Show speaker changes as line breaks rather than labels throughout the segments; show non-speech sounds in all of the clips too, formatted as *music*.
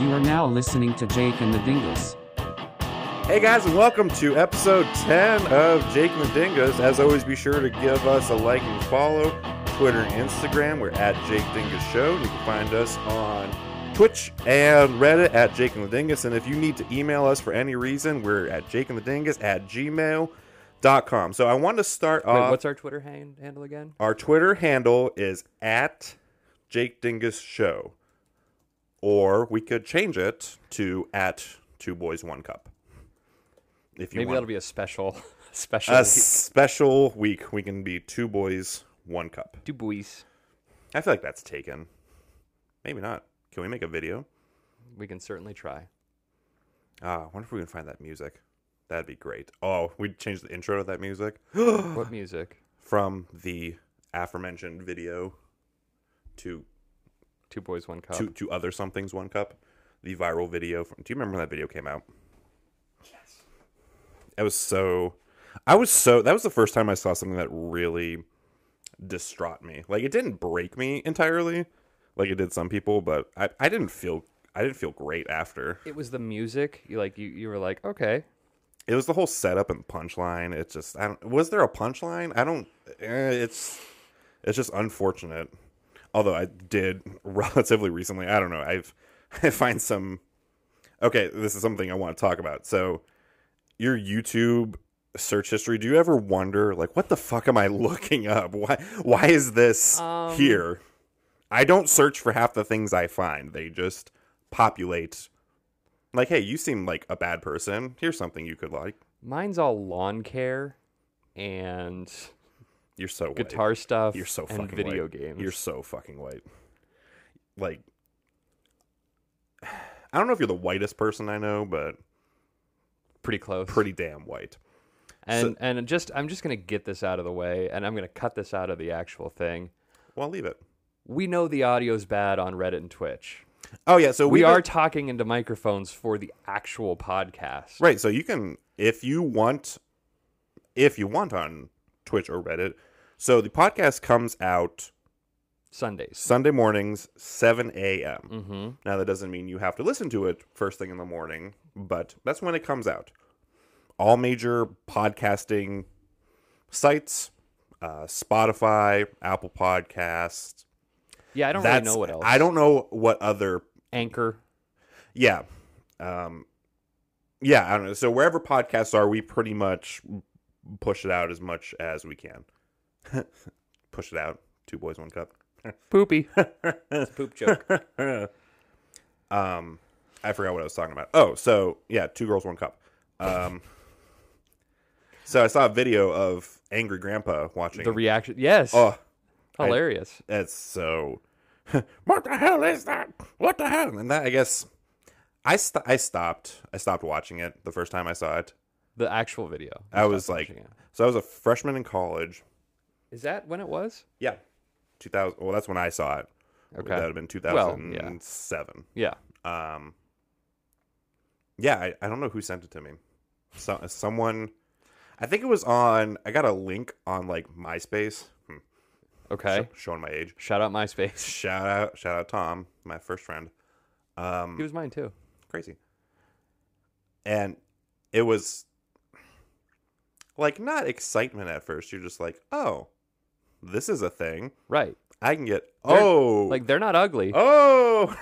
You are now listening to Jake and the Dingus.
Hey guys, and welcome to episode 10 of Jake and the Dingus. As always, be sure to give us a like and follow. Twitter and Instagram, we're at Jake Dingus Show. You can find us on Twitch and Reddit at Jake and the Dingus. And if you need to email us for any reason, we're at Jake and the Dingus at gmail.com. So I want to start
Wait,
off.
what's our Twitter hand, handle again?
Our Twitter handle is at Jake Dingus Show. Or we could change it to at Two Boys One Cup. If you
Maybe
want
that'll be a special, *laughs* special.
a special week, we can be Two Boys One Cup.
two boys.
I feel like that's taken. Maybe not. Can we make a video?
We can
*sighs*
certainly try.
Ah, I wonder if we can find that music. That'd be great. Oh, we'd change the intro to that music
What music?
from the aforementioned video to
Two boys, one cup.
to, to other somethings one cup the viral video from do you remember when that video came out yes it was so i was so that was the first time i saw something that really distraught me like it didn't break me entirely like it did some people but i, I didn't feel i didn't feel great after
It was the music. You like you, you were like, okay.
it was the whole setup and punchline it just i don't was there a punchline i don't eh, it's it's just unfortunate although i did *laughs* relatively recently i don't know i've *laughs* i find some okay this is something i want to talk about so your youtube search history do you ever wonder like what the fuck am i *laughs* looking up why why is this
Um,
here i don't search for half the things i find they just populate like hey you seem like a bad person here's something you could like
Mine's all lawn care and
You're so white.
guitar stuff.
You're so fucking
and video
white.
games.
You're so fucking white. Like, I don't know if you're the whitest person I know, but
pretty close.
pretty damn white.
And and just I'm just gonna get this out of the way, and I'm gonna cut this out of the actual thing.
Well, I'll leave it.
We know the audio's bad on Reddit and Twitch.
Oh yeah, so
We
we've
are
been-
talking into microphones for the actual podcast.
right. So you can, if you want, if you want on Twitch or Reddit. So the podcast comes out
Sundays.
Sunday mornings, seven a.m.
Mm-hmm.
Now, that doesn't mean you have to listen to it first thing in the morning, but that's when it comes out. All major podcasting sites, uh, Spotify, Apple Podcasts.
Yeah, I don't
that's,
really know what else.
I don't know what other.
Anchor.
Yeah. Um, yeah, I don't know. So wherever podcasts are, we pretty much push it out as much as we can. *laughs* push it out. Two boys, one cup. *laughs*
Poopy. It's a *laughs* poop joke.
um i forgot what i was talking about oh so yeah two girls one cup um so i saw a video of angry grandpa watching
the reaction. Yes.
oh
hilarious.
that's so *laughs* what the hell is that what the hell and that i guess i st- i stopped i stopped watching it the first time i saw it
the actual video. You
i was
stopped
like
watching it.
so i was a freshman in college
is that when it was?
yeah 2000 well that's when i saw it
Okay.
that would have been
Well,
2007
yeah. yeah.
um yeah I, I don't know who sent it to me so someone i think it was on i got a link on like myspace hmm,
Okay.
sh- showing my age
Shout out MySpace.
shout out shout out tom my first friend um
He was mine too.
crazy and it was like not excitement at first you're just like oh this is a thing
Right.
i can get
They're-
oh
Like they're not ugly. Oh,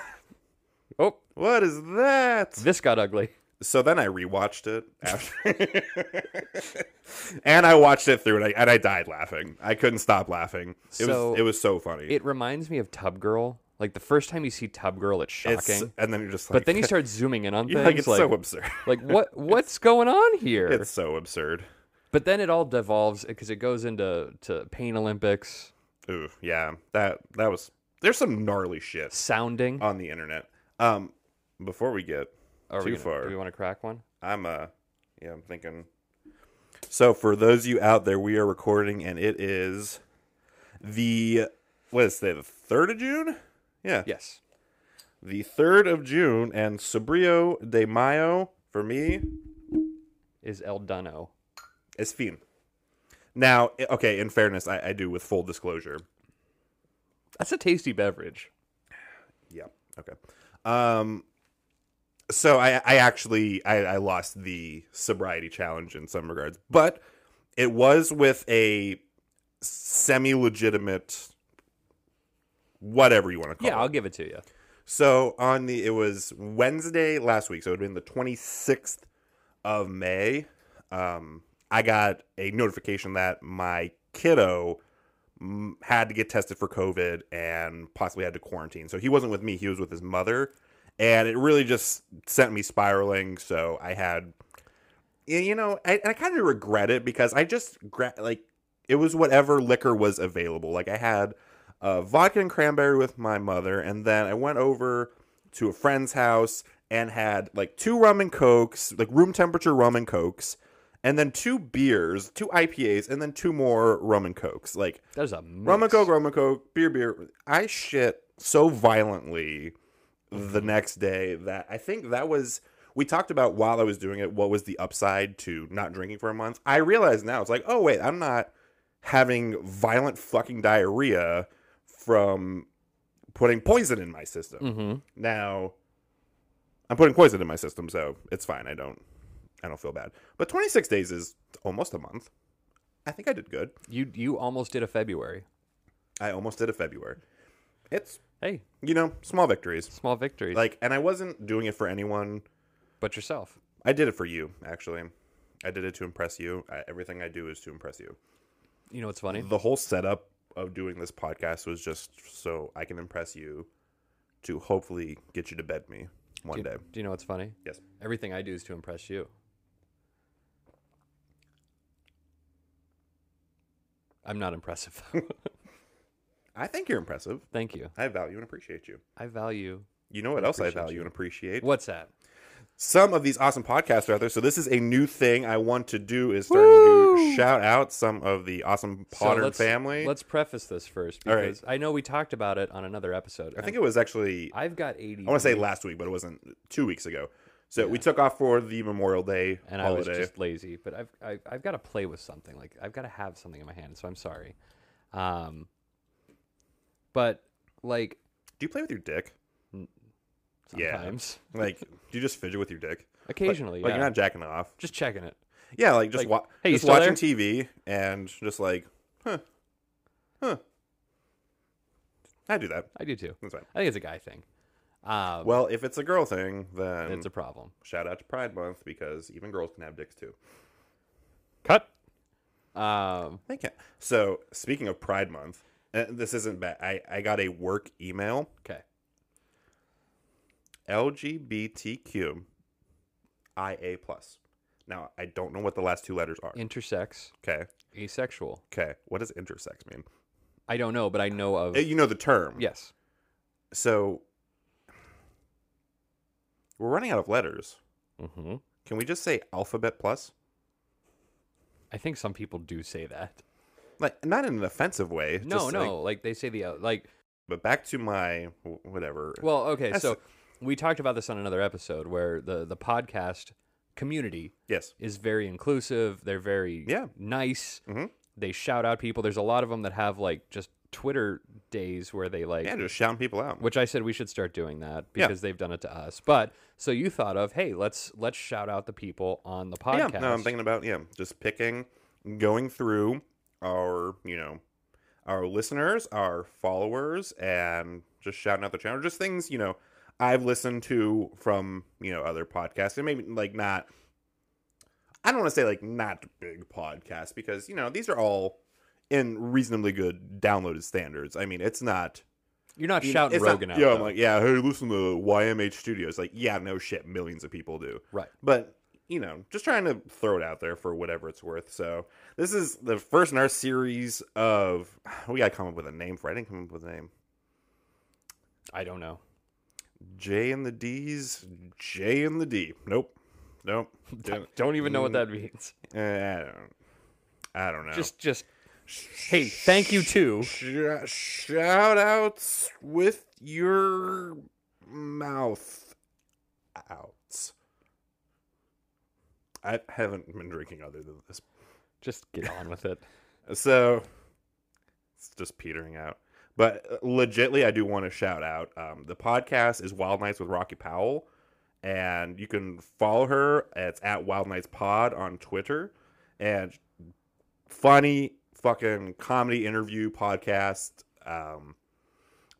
oh *laughs* what is that
this got ugly.
So then I rewatched it after, *laughs* and I watched it through, and I, and I died laughing. I couldn't stop laughing. It
So,
was it was so funny.
It reminds me of Tub Girl. Like the first time you see Tub Girl, it's shocking.
It's- and then you're just like,
but
*laughs*
then you start zooming in on
you're
things
like it's
like,
so absurd. *laughs*
like, what what's going on here?
It's so absurd.
But then it all devolves because it goes into to Pain Olympics
Ooh, yeah. That that was. There's some gnarly shit
sounding.
on the internet. Um, before we get
Are
too
we gonna-
far.
Do we want to crack one?
I'm uh yeah, I'm thinking. So for those of you out there, we are recording and it is the what is it, the third of June? Yeah.
Yes.
The third of June and Sobrio de Mayo for me
Is El Duno.
is fin. Now, i- okay, in fairness, I, I do with full disclosure.
That's a tasty beverage.
Yeah. Okay. Um so I, I actually I, I lost the sobriety challenge in some regards, but it was with a semi-legitimate, whatever you want to call
Yeah,
it.
I'll give it to you.
So on the it was Wednesday last week, so it would have been the 26th of May. Um, I got a notification that my kiddo mm, had to get tested for COVID and possibly had to quarantine. So he wasn't with me; he was with his mother, and it really just sent me spiraling. So I had, y- you know, I, and I kind of regret it because I just gra- like it was whatever liquor was available. Like I had uh, vodka and cranberry with my mother, and then I went over to a friend's house and had like two rum and cokes, like room temperature rum and cokes, and then two beers, two IPAs, and then two more rum and cokes. Like
There's a mix.
rum and coke, rum and coke, beer, beer. I shit so violently the next day that I think that was. We talked about while I was doing it, what was the upside to not drinking for a month. I realize now it's like, oh, wait, I'm not having violent fucking diarrhea from putting poison in my system.
Mhm.
Now, I'm putting poison in my system, so it's fine. I don't, I don't feel bad. But 26 days is almost a month. I think I did good.
You you almost did a February.
I almost did a February. It's
Hey,
you know small victories.
small victories,
Like, and I wasn't doing it for anyone.
but yourself.
I did it for you, actually. I did it to impress you. I, everything I do is to impress you.
You know what's funny?
The whole setup of doing this podcast was just so I can impress you, to hopefully get you to bed me one
Do
day.
you, do you know what's funny?
Yes.
Everything I do is to impress you. I'm not impressive. *laughs*
I think you're impressive.
Thank you.
I value and appreciate you.
I value.
You know what else I
appreciate
value
you.
and appreciate?
What's that?
Some of these awesome podcasts are out there. So this is a new thing I want to do is starting to shout out some of the awesome
So
Potter
let's-
family.
Let's preface this first
All right.
because I know we talked about it on another episode.
I think it was actually I
I've got 80.
want to say last week, but it wasn't two weeks ago. So we took off for the Memorial Day
and I was
holiday.
just lazy. But I've I, I've got to play with something. Like I've got to have something in my hand. So I'm sorry. Um, but like
Do you play with your dick? Yeah.
sometimes, *laughs*
Like, do you just fidget with your dick?
occasionally,
Like
yeah.
you're not jacking off?
just checking it.
Yeah, like just
Like,
wa-
hey, you
just
still
watching
there?
TV and just like, huh, huh. I do that.
I do too.
That's fine.
I think it's a guy thing. Um,
Well, if it's a girl thing, then
it's a problem.
shout out to Pride Month because even girls can have dicks too.
Cut. Um,
They can. So speaking of Pride Month, uh, this isn't bad. I I got a work email.
okay.
LGBTQIA plus. Now I don't know what the last two letters are.
Intersex,
Okay.
asexual.
Okay. What does intersex mean?
I don't know, but I know of.
Uh, You know the term.
yes.
So we're running out of letters.
Mm-hmm.
Can we just say alphabet plus?
I think some people do say that.
Like not in an offensive way.
No,
just like-
no. Like, they say the uh, like.
but back to my wh- whatever.
Well, okay.
That's-
So we talked about this on another episode where the the podcast community
yes.
is very inclusive. They're very
Yeah.
nice.
Mhm.
They shout out people. There's a lot of them that have like just Twitter days where they like
Yeah, just shouting people out.
which I said we should start doing that
Yeah.
because they've done it to us. But so you thought of, hey, let's let's shout out the people on the
Yeah,
podcast.
no, I'm thinking about yeah, just picking, going through our you know our listeners, our followers, and just shouting out the channel, just things you know I've listened to from you know other podcasts, and maybe like not. I don't want to say like not big podcasts because you know these are all in reasonably good downloaded standards. I mean, it's not
You're not
you know,
shouting
it's not-
Rogan out.
Yeah, I'm
though.
like, yeah, hey, listen to YMH Studios. Like, yeah, no shit, millions of people do.
Right.
But, you know, just trying to throw it out there for whatever it's worth. So, this is the first in our series of. *sighs* We got to come up with a name for it. I didn't come up with a name.
I don't know.
J and the D's. J and the D. Nope. Nope.
*laughs*
Didn't-
Don't even know what that means.
eh, I don't. I don't know.
Just just hey, thank you too.
Sh- shout outs with your mouth outs. I haven't been drinking other than this.
Just get on with it.
So it's just petering out. But uh, legitly, I do want to shout out um, the podcast is Wild Nights with Rocky Powell. and you can follow her. It's at Wild Nights Pod on Twitter, and funny fucking comedy interview podcast. Um,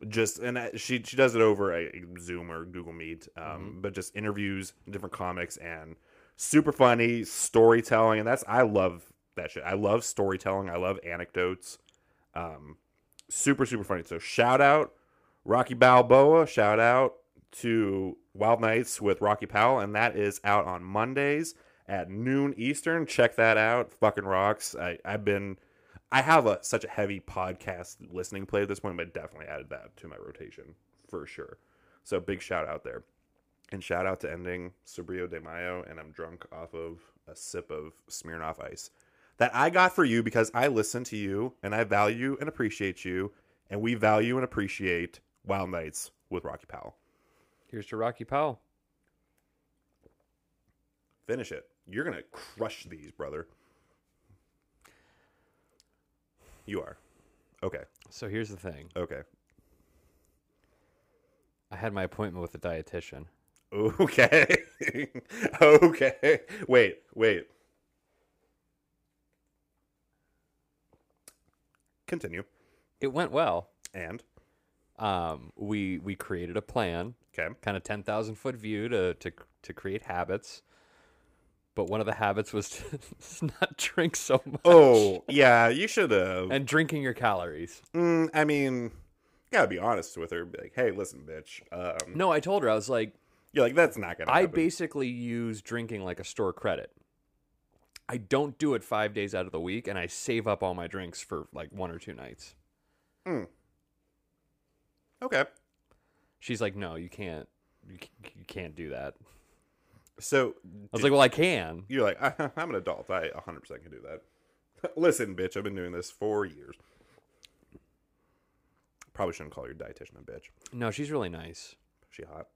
just and I- she she does it over a Zoom or Google Meet, um, but just interviews different comics and super funny storytelling. And that's I love that shit. I love storytelling. I love anecdotes. Um, super super funny. So shout out Rocky Balboa. Shout out to Wild Nights with Rocky Powell, and that is out on Mondays at noon Eastern. Check that out. Fucking rocks. I I've been. I have a such a heavy podcast listening play at this point, but definitely added that to my rotation for sure. So big shout out there. And shout out to ending Sobrio de Mayo, and I'm drunk off of a sip of Smirnoff Ice that I got for you because I listen to you and I value and appreciate you, and we value and appreciate Wild Nights with Rocky Powell.
Here's to Rocky Powell.
Finish it. You're gonna crush these, brother. You are. Okay.
So here's the thing.
Okay.
I had my appointment with a dietitian.
Okay. *laughs* okay. Wait, wait. Continue.
It went well.
And
Um, we we created a plan,
okay.
kind of ten thousand foot view to to to create habits. But one of the habits was to *laughs* not drink so much.
Oh, yeah, you should have.
and drinking your calories.
Mm, I mean, gotta be honest with her. Be like, hey, listen, bitch. Um,
No, I told her I was like,
you're like, that's not gonna.
I
happen.
basically use drinking like a store credit. I don't do it five days out of the week, and I save up all my drinks for like one or two nights.
okay.
She's like, "No, you can't, you, c- you can't do that." I
So
was like, "Well, I can."
you're like, I, *laughs* I'm an adult. I 100 percent can do that. *laughs* listen, bitch. I've been doing this for years. Probably shouldn't call your dietitian a bitch.
No, she's really nice.
She hot.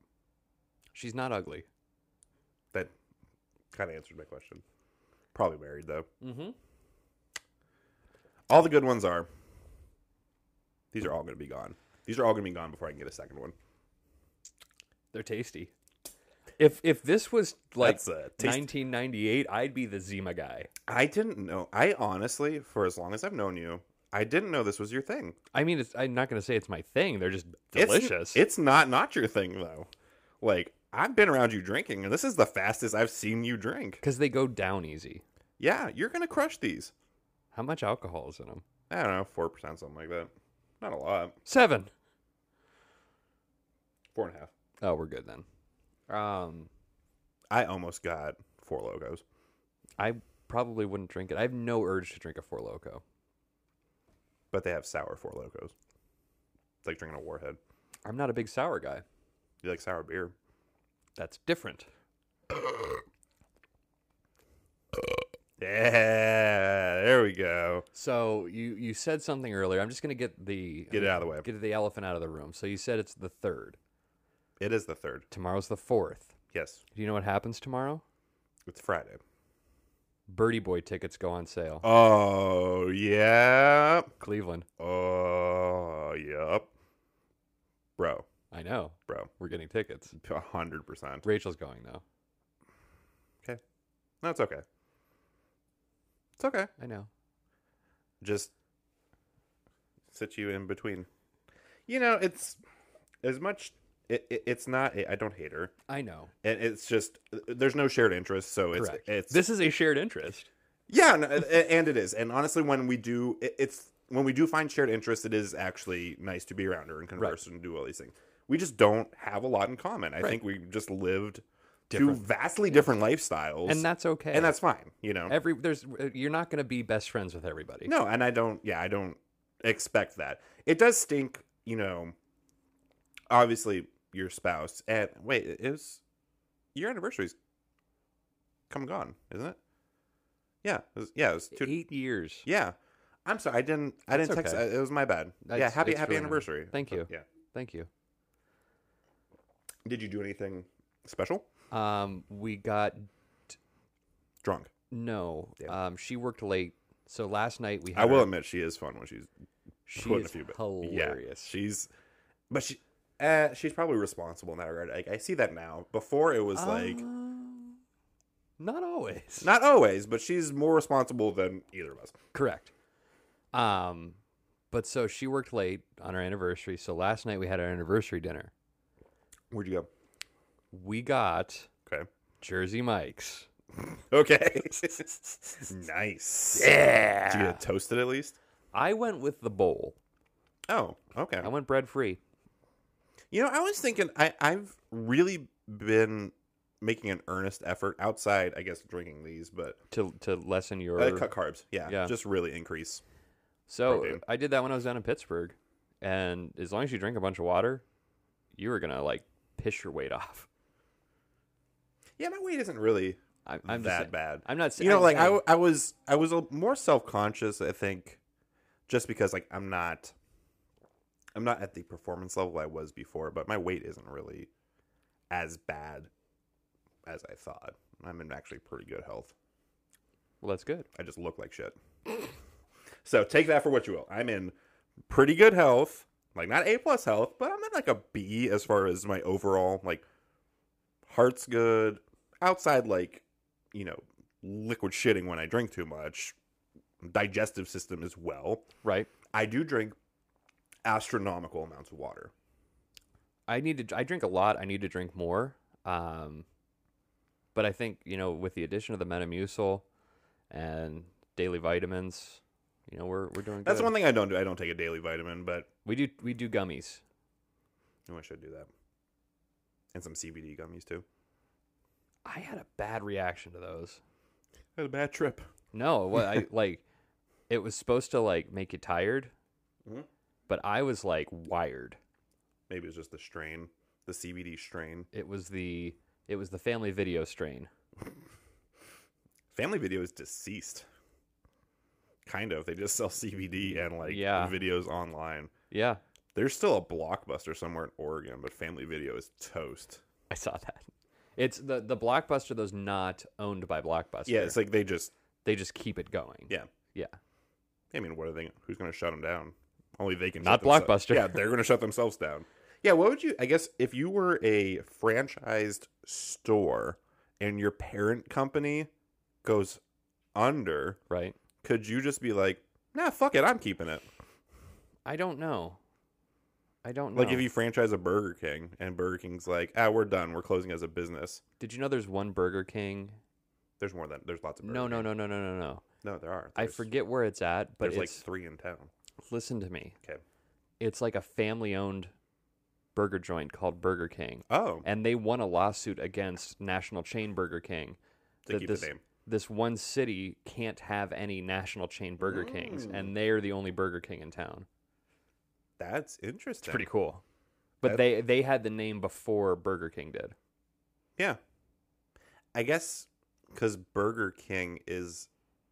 She's not ugly.
That kind of answered my question. Probably married though.
Mm-hmm.
All the good ones are. These are all gonna be gone. These are all gonna be gone before I can get a second one.
They're tasty. If if this was like
That's a tasty-
1998, I'd be the Zima guy.
I didn't know. I honestly, for as long as I've known you, I didn't know this was your thing.
I mean, it's, I'm not gonna say it's my thing. They're just
It's-
delicious.
It's, not not your thing though. Like I've been around you drinking, and this is the fastest I've seen you drink.
because they go down easy.
Yeah, you're gonna crush these.
How much alcohol is in them?
I don't know, four percent, something like that. Not a lot.
Seven.
Four and a half.
Oh, we're good then. Um,
I almost got four logos.
I probably wouldn't drink it. I have no urge to drink a Four Loco.
But they have sour four logos. It's like drinking a warhead.
I'm not a big sour guy.
You like sour beer.
That's different.
Yeah, there we go.
So you you said something earlier. I'm just gonna get the
Get it out of the way.
get the elephant out of the room. So you said it's the third.
It is the third.
Tomorrow's the fourth.
Yes,
Do you know what happens tomorrow?
it's Friday.
Birdie Boy tickets go on sale.
Oh yeah.
Cleveland.
Oh yep. Bro,
I know.
bro,
We're getting tickets.
a hundred percent.
Rachel's going though.
Okay, no, it's okay. It's okay.
I know.
Just sit you in between. You know, it's as much. It, it, it's not. I don't hate her,
I know.
and it's just there's no shared interest, so it's
Correct.
it's
this is a shared interest.
Yeah, no, a- a- and it is. And honestly, when we do, it- it's when we do find shared interests, it is actually nice to be around her and converse and do all these things. We just don't have a lot in common. I think we just lived
Different.
two vastly different lifestyles,
And that's okay.
and that's fine. You know,
every there's uh, you're not going to be best friends with everybody.
no, and I don't. Yeah, I don't expect that. It does stink. You know, obviously your spouse. And wait, it was your anniversary's come and gone, isn't it? Yeah, it was, yeah, it was two,
Eight years.
Yeah. I'm sorry. I didn't. I didn't
That's
text.
okay.
I- It was my bad. yeah.
That's-
Happy
it's
Happy
really nice.
anniversary.
Thank you.
Yeah.
Thank you.
Did you do anything special?
Um, we got
Drunk.
no.
Damn.
Um, she worked late, so last night we. Had
I will
her-
admit she is fun when she's
She
putting
is
a few. bit-
hilarious.
Yeah, she's. But she. eh, she's probably responsible in that regard. Like I see that now. Before it was like
Um, not always.
not always, but she's more responsible than either of us.
Correct. Um, but so she worked late on our anniversary. So last night we had our anniversary dinner.
Where'd you
We got
go? Okay.
Jersey Mike's.
Okay. *laughs* nice. Yeah. Did you get it toasted at least?
I went with the bowl.
Oh, okay.
I went bread free.
You know, I was thinking I, I've really been making an earnest effort outside, I guess, drinking these, but
to to lessen your.
uh, cut carbs. Yeah,
Yeah.
Just really increase.
so
protein.
I did that when I was down in Pittsburgh, and as long as you drink a bunch of water, you were gonna like piss your weight off.
Yeah, my weight isn't really
I, I'm just
that
saying-
bad.
I'm not. sa-
you know,
I'm
like I,
saying-
w- I was I was a more self conscious, I think, just because like I'm not I'm not at the performance level I was before, but my weight isn't really as bad as I thought. I'm in actually pretty good health.
Well, that's good.
I just look like shit. so take that for what you will. I'm in pretty good health, like not A plus health, but I'm in like a B as far as my overall like heart's good. Outside like you know liquid shitting when I drink too much, digestive system as well.
Right.
I do drink astronomical amounts of water.
I need to. I drink a lot. I need to drink more. Um, but I think you know, with the addition of the Metamucil and daily vitamins, you know, we're we're doing.
That's
good.
one thing I don't do. I don't take a daily vitamin, but
We do we do gummies.
oh, I should do that. And some CBD gummies too.
I had a bad reaction to those.
Had a bad trip.
No,
*laughs*
what I like, it was supposed to like make you tired,
Mhm.
but I was like wired.
Maybe it's just the strain, the CBD strain.
It was the it was the family video strain.
Family Video is deceased. Kind of. They just sell CBD and like
Yeah.
videos online.
Yeah,
There's still a blockbuster somewhere in Oregon, but Family Video is toast.
I saw that. It's the the blockbuster. Those not owned by Blockbuster.
Yeah, it's like they just
they just keep it going.
yeah.
yeah.
I mean, what are they? Who's going to shut them down? Only they can. shut
Not
themselves-
Blockbuster.
Yeah, they're going to shut themselves down. Yeah. What would you? I guess if you were a franchised store and your parent company goes under,
Right.
could you just be like, Nah, fuck it, I'm keeping it.
I don't know. I don't know.
Like if you franchise a Burger King and Burger King's like, ah, we're done, we're closing as a business.
did you know there's one Burger King?
There's more than there's lots of Burger
No, no,
King.
no, no, no, no, no.
no, there are.
I
There's-
forget where it's at, but
There's
it's
like three in town.
listen to me.
Okay.
It's like a family-owned burger joint called Burger King,
Oh,
and they won a lawsuit against national chain Burger King.
To
that
keep the
this,
name.
This one city can't have any national chain Burger Kings,
Mm.
and they are the only Burger King in town.
that's interesting.
Pretty cool. But
That-
they they had the name before Burger King did.
Yeah, I guess because Burger King is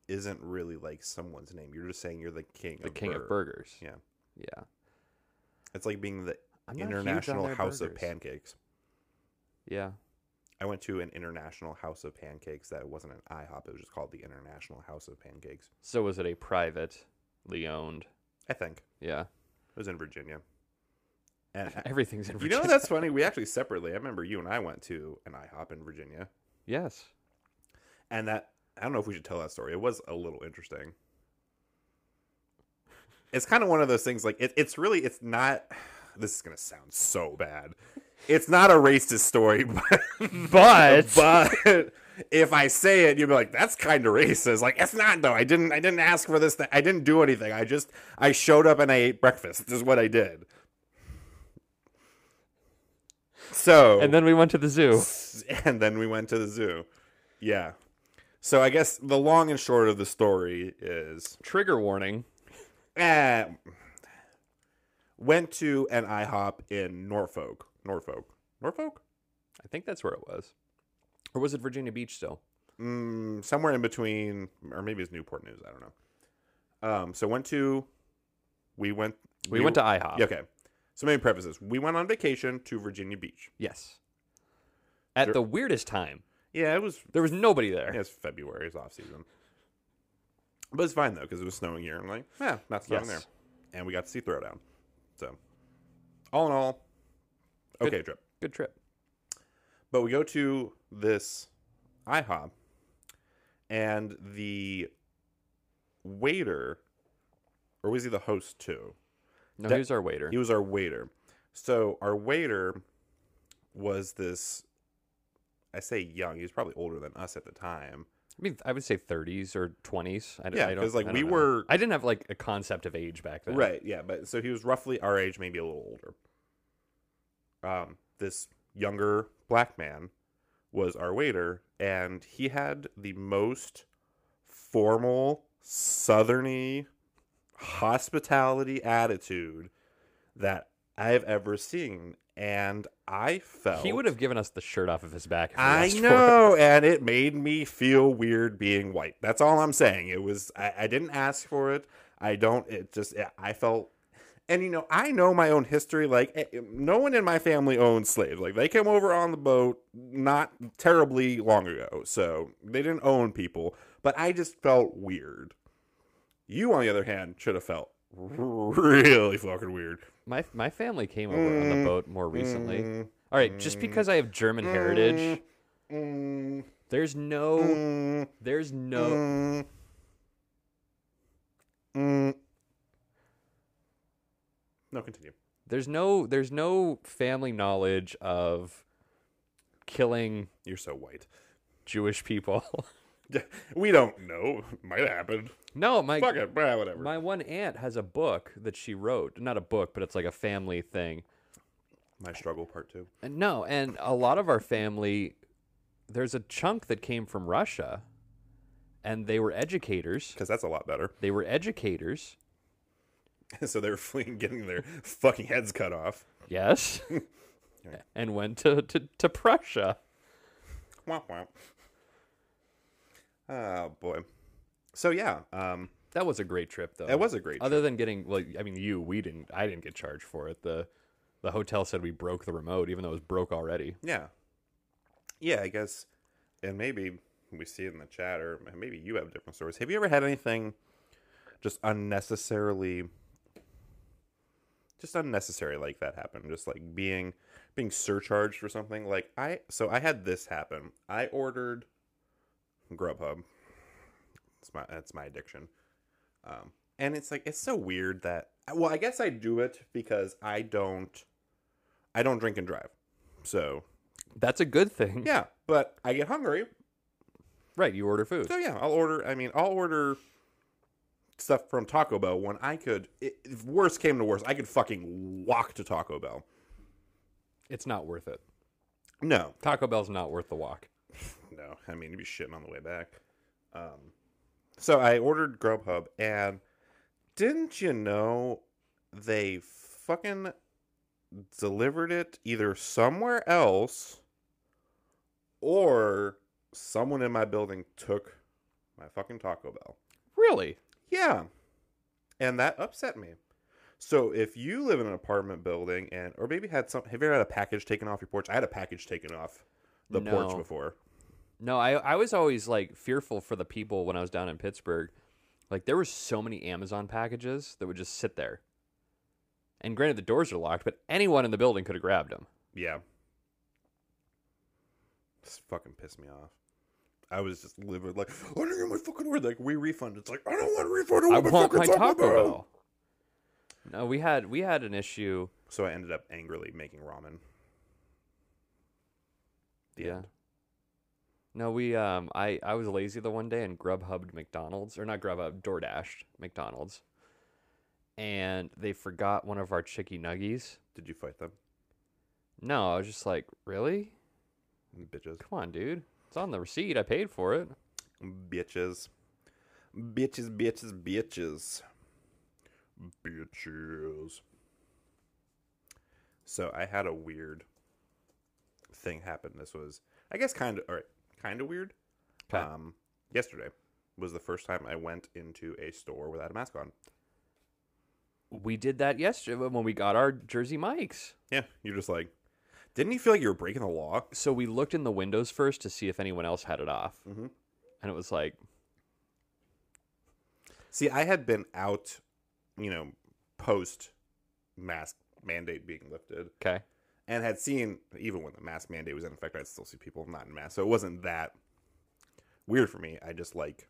isn't really like someone's name. You're just saying you're the king.
The King of
Burger.
Burgers.
Yeah,
Yeah.
it's like being the
I'm not huge on
international
their
house of
burgers.
pancakes.
Yeah.
I went to an international house of pancakes that wasn't an IHOP. It was just called the International House of Pancakes.
So was it a privately owned?
I think.
Yeah.
It was in Virginia. And
Everything's in
you
Virginia.
know that's funny. We actually separately. I remember you and I went to an IHOP in Virginia,
Yes.
and that I don't know if we should tell that story. It was a little interesting. It's kind of one of those things. Like it, it's really it's not. *sighs* This is gonna sound so bad. It's not a racist story, *laughs* but
But
but if I say it, you'll be like, "That's kind of racist." Like, it's not though. I didn't. I didn't ask for this. Thing. I didn't do anything. I just I showed up and I ate breakfast. Is what I did. So
*laughs* and then we went to the zoo.
*laughs* and then we went to the zoo. Yeah. So I guess the long and short of the story is
Trigger warning.
eh, went to an IHOP in Norfolk, Norfolk, Norfolk,
I think that's where it was. Or was it Virginia Beach still?
mm, somewhere in between, or maybe it's Newport News. I don't know. Um, so went to, we went,
We went to IHOP.
Yeah, okay. So maybe preface this. We went on vacation to Virginia Beach.
Yes. At the weirdest time.
Yeah, it was
There was nobody there.
Yeah, it's February. It's off season. But it's fine though because it was snowing here. I'm like, yeah, not snowing
Yes.
there, and we got to see Throwdown. So, all in all, Okay, drip.
Good trip.
But we go to this IHOP, and the waiter, or was he the host too?
No,
That-
he was our waiter.
He was our waiter. So our waiter was this. I say young. He was probably older than us at the time.
I mean, I would say 30s or 20s. I, d-
Yeah,
I don't
'cause, like,
I
we
don't know.
were-
I didn't have like a concept of age back then.
Right. Yeah. But so he was roughly our age, maybe a little older. Um, this younger black man was our waiter, and he had the most formal, southerny hospitality attitude that I've ever seen, and I felt
He would have given us the shirt off of his back. If we
I
asked *laughs* for it.
know, and it made me feel weird being white. That's all I'm saying. It was I, I didn't ask for it. I don't. It just yeah, I felt, and you know, I know my own history. Like eh, no one in my family owned slaves. Like they came over on the boat not terribly long ago, so they didn't own people. But I just felt weird. You, on the other hand, should have felt really fucking weird.
My my family came over on the
Mm,
boat more recently. All right, just because I have German heritage, Oh.
Mm,
there's no
mm,
there's no
Mm. Mm. No, continue.
there's no there's no family knowledge of killing
You're so white. *laughs*
Jewish people. *laughs*
We don't know. Might have happened.
no, my
Fuck it. Blah, whatever.
my one aunt has a book that she wrote, not a book, but it's like a family thing.
My struggle part two.
And no, and a lot of our family there's a chunk that came from Russia and they were educators.
Because that's a lot better. *laughs*
They were educators.
so they're fleeing, getting their *laughs* fucking heads cut off. *laughs*
Yes. and went to, to, to Prussia.
Womp womp. Oh boy. So yeah, um,
That was a great trip though.
that was a great.
Other than getting well, I mean you, we didn't I didn't get charged for it. The the hotel said we broke the remote even though it was broke already.
Yeah. Yeah, I guess. And maybe we see it in the chat, or maybe you have different stories. Have you ever had anything just unnecessarily, just unnecessary like that happen? Just like being being surcharged for something. Like I, so I had this happen. I ordered Grubhub. It's my that's my addiction. Um, and it's like it's so weird that well, I guess I do it because I don't, I don't drink and drive. So
That's a good thing.
yeah, but I get hungry.
Right, you order food.
So yeah, I'll order. I mean, I'll order stuff from Taco Bell when I could. i- If worse came to worse, I could fucking walk to Taco Bell.
It's not worth it.
No,
Taco Bell's not worth the walk.
no. I mean, you'd be shitting on the way back. Um, so I ordered Grubhub, and didn't you know they fucking delivered it either somewhere else or someone in my building took my fucking Taco Bell.
Really?
Yeah. And that upset me. So if you live in an apartment building and or maybe had some have you ever had a package taken off your porch? I had a package taken off the porch
No.
before.
No, I I was always like fearful for the people when I was down in Pittsburgh. Like there were so many Amazon packages that would just sit there. And granted the doors are locked, but anyone in the building could have grabbed them.
Yeah. This fucking pissed me off. I was just livid like, I didn't get my fucking word. Like we refund. It's like I don't want a refund. I
I
want,
want
my
my
fucking
Taco,
Taco Bell.
Bell. No, we had we had an issue.
So I ended up angrily making ramen. The
yeah.
end.
No, we um I I was lazy the one day and Grubhubbed McDonald's or not Grubhub DoorDashed McDonald's, and they forgot one of our chicky nuggies.
Did you fight them,
No, I was just like, really?
bitches?
Come on, dude. It's on the receipt. I paid for it.
Bitches. Bitches, bitches, bitches. Bitches. So I had a weird thing happen. This was, I guess, kind of, all right, kind of weird.
'Kay.
Um, yesterday was the first time I went into a store without a mask on.
We did that yesterday when we got our Jersey Mikes.
Yeah, you're just like, didn't you feel like you were breaking the law?
so we looked in the windows first to see if anyone else had it off,
Mhm.
and it was like,
See, I had been out, you know, post mask mandate being lifted.
okay,
and had seen even when the mask mandate was in effect, I'd still see people not in masks. So it wasn't that weird for me. I just like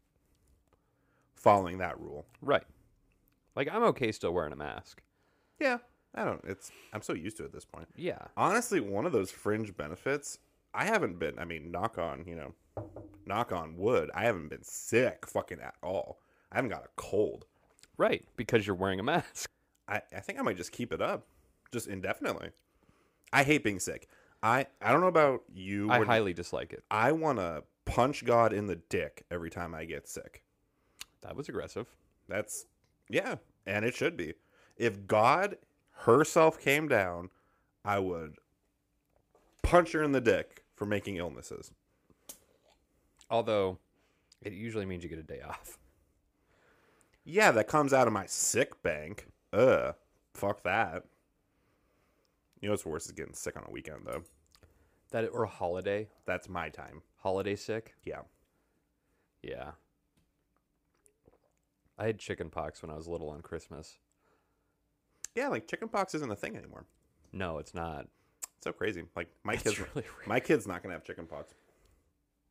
following that rule.
Right. Like I'm okay still wearing a mask.
Yeah, I don't. It's I'm so used to it at this point.
Yeah.
Honestly, one of those fringe benefits. I haven't been. I mean, knock on you know, knock on wood. I haven't been sick fucking at all. I haven't got a cold.
Right. Because you're wearing a mask.
I, I think I might just keep it up, just indefinitely. I hate being sick. I I don't know about you.
I
when-
highly dislike it.
I want to punch God in the dick every time I get sick.
That was aggressive.
That's yeah, and it should be. If God herself came down, I would punch her in the dick for making illnesses.
Although it usually means you get a day off.
Yeah, that comes out of my sick bank. Ugh, fuck that. You know what's worse is getting sick on a weekend though.
That or a holiday.
That's my time.
Holiday sick.
Yeah.
Yeah. I had chicken pox when I was little on Christmas.
Yeah, like chickenpox isn't a thing anymore.
No, it's not.
It's so crazy. Like *laughs* my
That's
kids, *laughs*
really weird.
my kid's not gonna have chickenpox.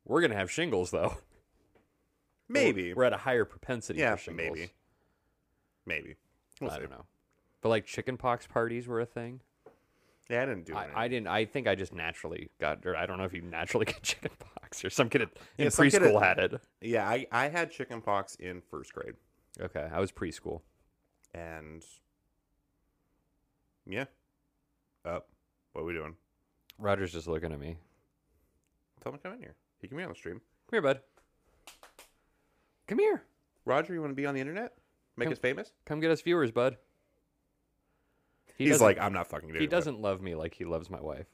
We're gonna have shingles though. *laughs*
Maybe,
We're at a higher propensity
Yeah,
for shingles.
maybe. maybe. We'll
I
see.
don't know. But like chicken pox parties were a thing.
Yeah, I didn't do it.
I, I didn't. I think I just naturally got, or I don't know if you naturally *laughs* get chicken pox or some kid at, in
Yeah, some
preschool
kid at-
had it.
Yeah, I, I had chickenpox in first grade,
Okay, I was preschool.
and yeah, up. what are we doing?
Roger's just looking at me.
Tell him to come in here. He can be on the stream.
Come here, bud. Come here.
Roger, you want to be on the internet? Make
Come-
us famous?
Come get us viewers, bud. He
He's
doesn't-
like, I'm not fucking doing
he
it."
doesn't love me like he loves my wife.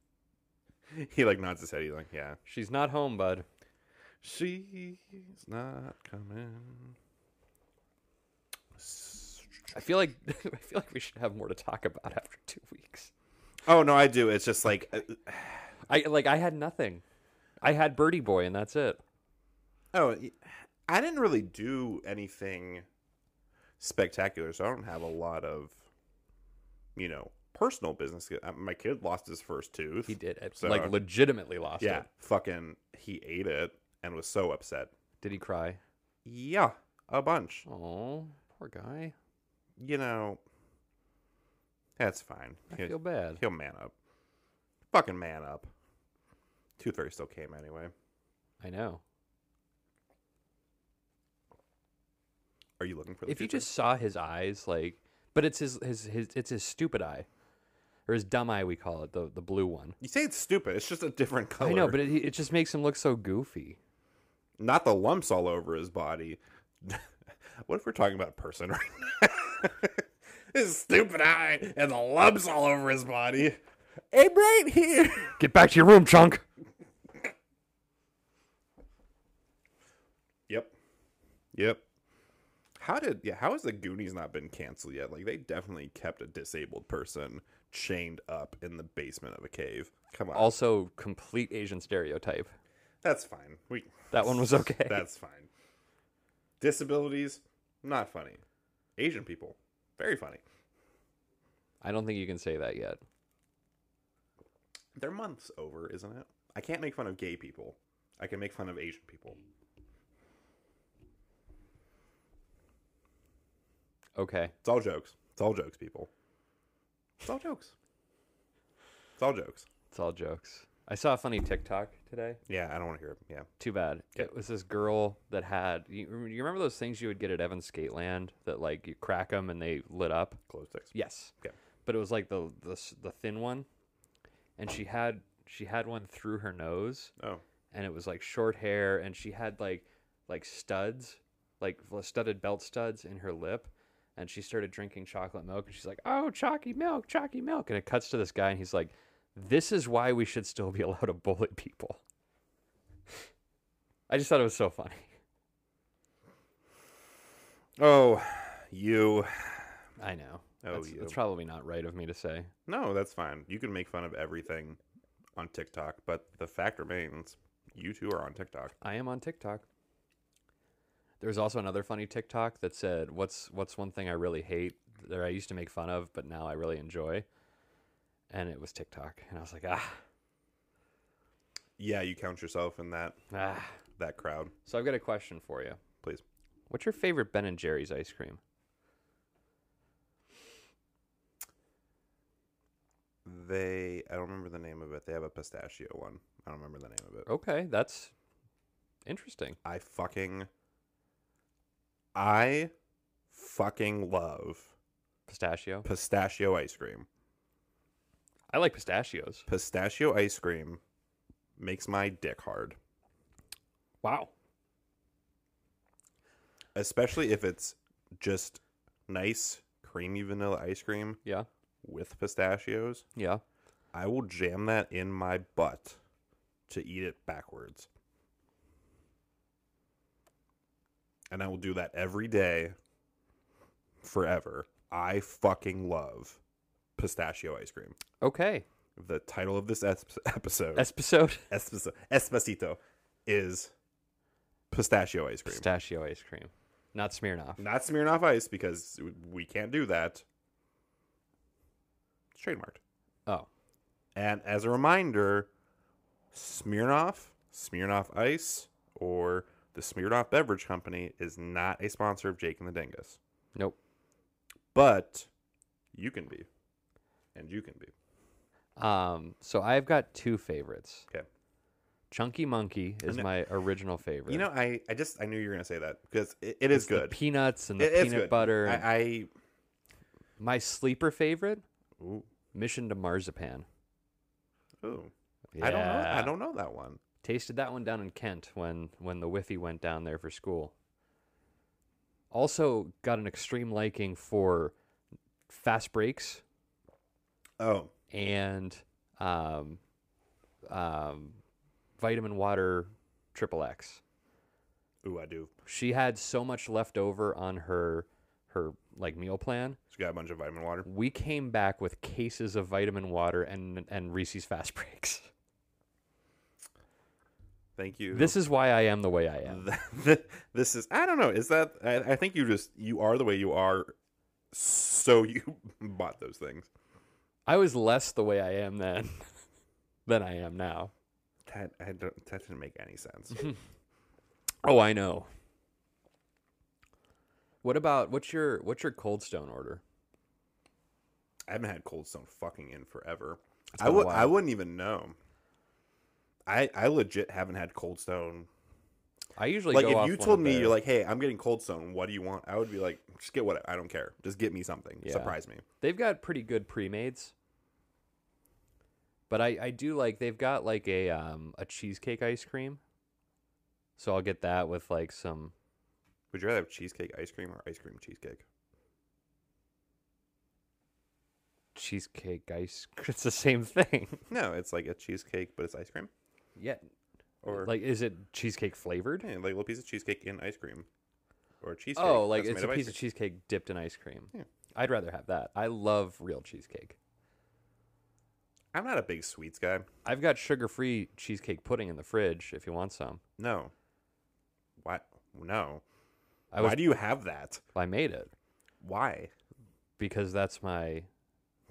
*laughs* He like nods his head. He's like, yeah.
She's not home, bud.
She's not coming.
I feel like *laughs* I feel like we should have more to talk about after two weeks.
Oh no, I do. It's just like, uh,
I like I had nothing. I had Birdie Boy, and that's it.
Oh, y- I didn't really do anything spectacular, so I don't have a lot of, you know, personal business. Uh, My kid lost his first tooth.
He did it.
So-
like legitimately lost
Yeah,
it.
fucking, he ate it and was so upset.
Did he cry?
Yeah, a bunch.
Oh, poor guy.
You know, that's fine.
I feel
He'll,
bad.
he'll man up. Fucking man up. Tooth fairy still came anyway.
I know.
Are you looking for the
If you
Tooth Fairy?
just saw his eyes, like, but it's his his his it's his stupid eye, or his dumb eye we call it, the the blue one.
you say it's stupid. It's just a different color.
I know, but it, it just makes him look so goofy.
not the lumps all over his body. *laughs* what if we're talking about a person right now? *laughs* his stupid eye and the lumps all over his body. I'm right here.
Get back to your room, Chunk.
Yep. Yep. How did yeah, how has the Goonies not been canceled yet? Like they definitely kept a disabled person chained up in the basement of a cave. Come on.
Also, complete Asian stereotype.
that's fine. We
That one was okay.
*laughs* that's fine. Disabilities, not funny. Asian people, very funny.
I don't think you can say that yet.
Their month's over, isn't it? I can't make fun of gay people. I can make fun of Asian people.
Okay.
It's all jokes. It's all jokes, people. It's all jokes. It's all jokes.
It's all jokes. I saw a funny TikTok today.
Yeah, I don't want to hear it. Yeah.
Too bad.
Yeah.
It was this girl that had. You, you remember those things you would get at Evan's Skateland that like you crack them and they lit up.
Close sticks.
Yes.
Yeah.
But it was like the the s- the thin one, and she had she had one through her nose,
Oh.
and it was like short hair, and she had like like studs, like l- studded belt studs in her lip, and she started drinking chocolate milk, and she's like, "Oh, chalky milk, chalky milk," and it cuts to this guy, and he's like, "This is why we should still be *laughs* allowed to bully people." *laughs* I just thought it was so funny.
Oh, you.
I know.
Oh,
that's,
you.
that's probably not right of me to say.
No, that's fine. You can make fun of everything on TikTok, but the fact remains you two are on TikTok.
I am on TikTok. There was also another funny TikTok that said, "What's what's one thing I really hate that I used to make fun of, but now I really enjoy?" and it was TikTok, and I was like, ah,
Yeah, you count yourself in that
ah.
that crowd,
So I've got a question for you.
please.
What's your favorite Ben and Jerry's ice cream?
They I don't remember the name of it. They have a pistachio one. I don't remember the name of it.
Okay, that's interesting.
I fucking I fucking love
Pistachio.
pistachio ice cream.
I like pistachios.
Pistachio ice cream makes my dick hard,
Wow.
especially if it's just nice creamy vanilla ice cream
Yeah.
with pistachios.
Yeah.
I will jam that in my butt to eat it backwards. And I will do that every day forever. I fucking love pistachio ice cream.
Okay.
The title of this es- episode,
Episode
Espe- Espacito, is pistachio ice cream.
pistachio ice cream, not Smirnoff.
Not Smirnoff Ice because we can't do that. It's trademarked.
Oh,
And as a reminder, Smirnoff, Smirnoff Ice, or the Smirnoff Beverage Company is not a sponsor of Jake and the Dingus.
nope.
But you can be. And you can be.
Um, so I've got two favorites.
Okay.
Chunky Monkey is my original favorite.
You know, I, I just I knew you were gonna say that because it, it is
It's the
good.
peanuts and
It-
the
it's
peanut
good.
butter. and-
I, I
my sleeper favorite,
ooh,
Mission to Marzipan.
ooh. I don't know. I
Yeah.
don't know that one.
Tasted that one down in Kent when when the Whiffy went down there for school. Also got an extreme liking for fast breaks
Oh,
and um, um, vitamin water triple X.
ooh, I do.
She had so much left over on her her like meal plan.
It's got a bunch of vitamin water.
We came back with cases of vitamin water and and Reese's fast *laughs* breaks.
Thank you.
This is why I am the way I am.
*laughs* this is I don't know. Is that I, I think you just you are the way you are, so you *laughs* bought those things.
I was less the way I am then *laughs* than I am now.
That I don't. That didn't make any sense.
Oh, I know. What about what's your what's your cold stone order?
*laughs* I haven't had Cold Stone fucking in forever. I
been a
would.
while.
I wouldn't even know. I I legit haven't had Cold Stone.
I usually
Like
go off
if you
one
told
of
me
their-
you're like, hey, I'm getting Cold Stone. What do you want? I would be like, just get what I don't care. Just get me something.
Yeah.
Surprise me.
They've got pretty good pre-mades. But I, I do like they've got like a um a cheesecake ice cream. So I'll get that with like some
Would you rather have cheesecake ice cream or ice cream cheesecake?
cheesecake ice cr- *laughs* it's the same thing.
No, it's like a cheesecake, but it's ice cream.
yeah.
Or
like is it cheesecake flavored?
Yeah, like a little piece of cheesecake in ice cream, or cheesecake.
Oh, like
that's
it's
made
a
ice
piece of
cream.
cheesecake dipped in ice cream.
Yeah.
I'd rather have that. I love real cheesecake.
I'm not a big sweets guy.
I've got sugar-free cheesecake pudding in the fridge if you want some.
No. Why? No.
I
Why
was
do you have that?
I made it
Why?
because that's my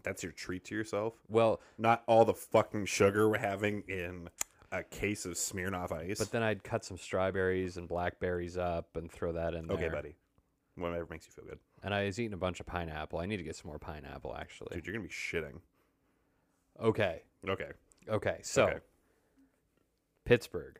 That's your treat to yourself.
well,
Not all the fucking sugar we're having in a case of Smirnoff Ice.
but then I'd cut some strawberries and blackberries up and throw that in there.
okay, buddy. Whatever makes you feel good,
And I was eating a bunch of pineapple. I need to get some more pineapple actually.
dude. You're gonna be shitting.
Okay.
Okay.
Okay. So
Okay.
Pittsburgh.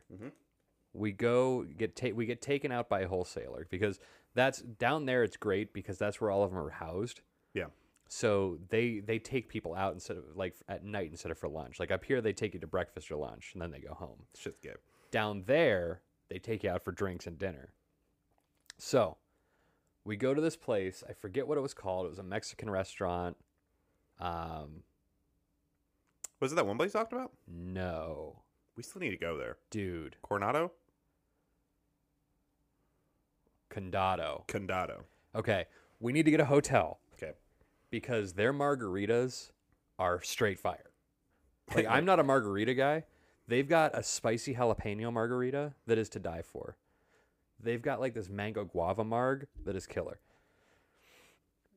We go get ta- we get taken out by a wholesaler because that's down there it's great because that's where all of them are housed.
Yeah.
So they they take people out instead of like at night instead of for lunch. Like up here they take you to breakfast or lunch and then they go home.
Shit's gay.
down there they take you out for drinks and dinner so we go to this place i forget what it was called it was a mexican restaurant um
Was it that one place you talked about?
no
We still need to go there.
dude
Coronado,
condado
Condado.
okay we need to get a hotel
Okay.
because their margaritas are straight fire like i'm not a margarita guy they've got a spicy jalapeno margarita that is to die for they've got like this mango guava marg that is killer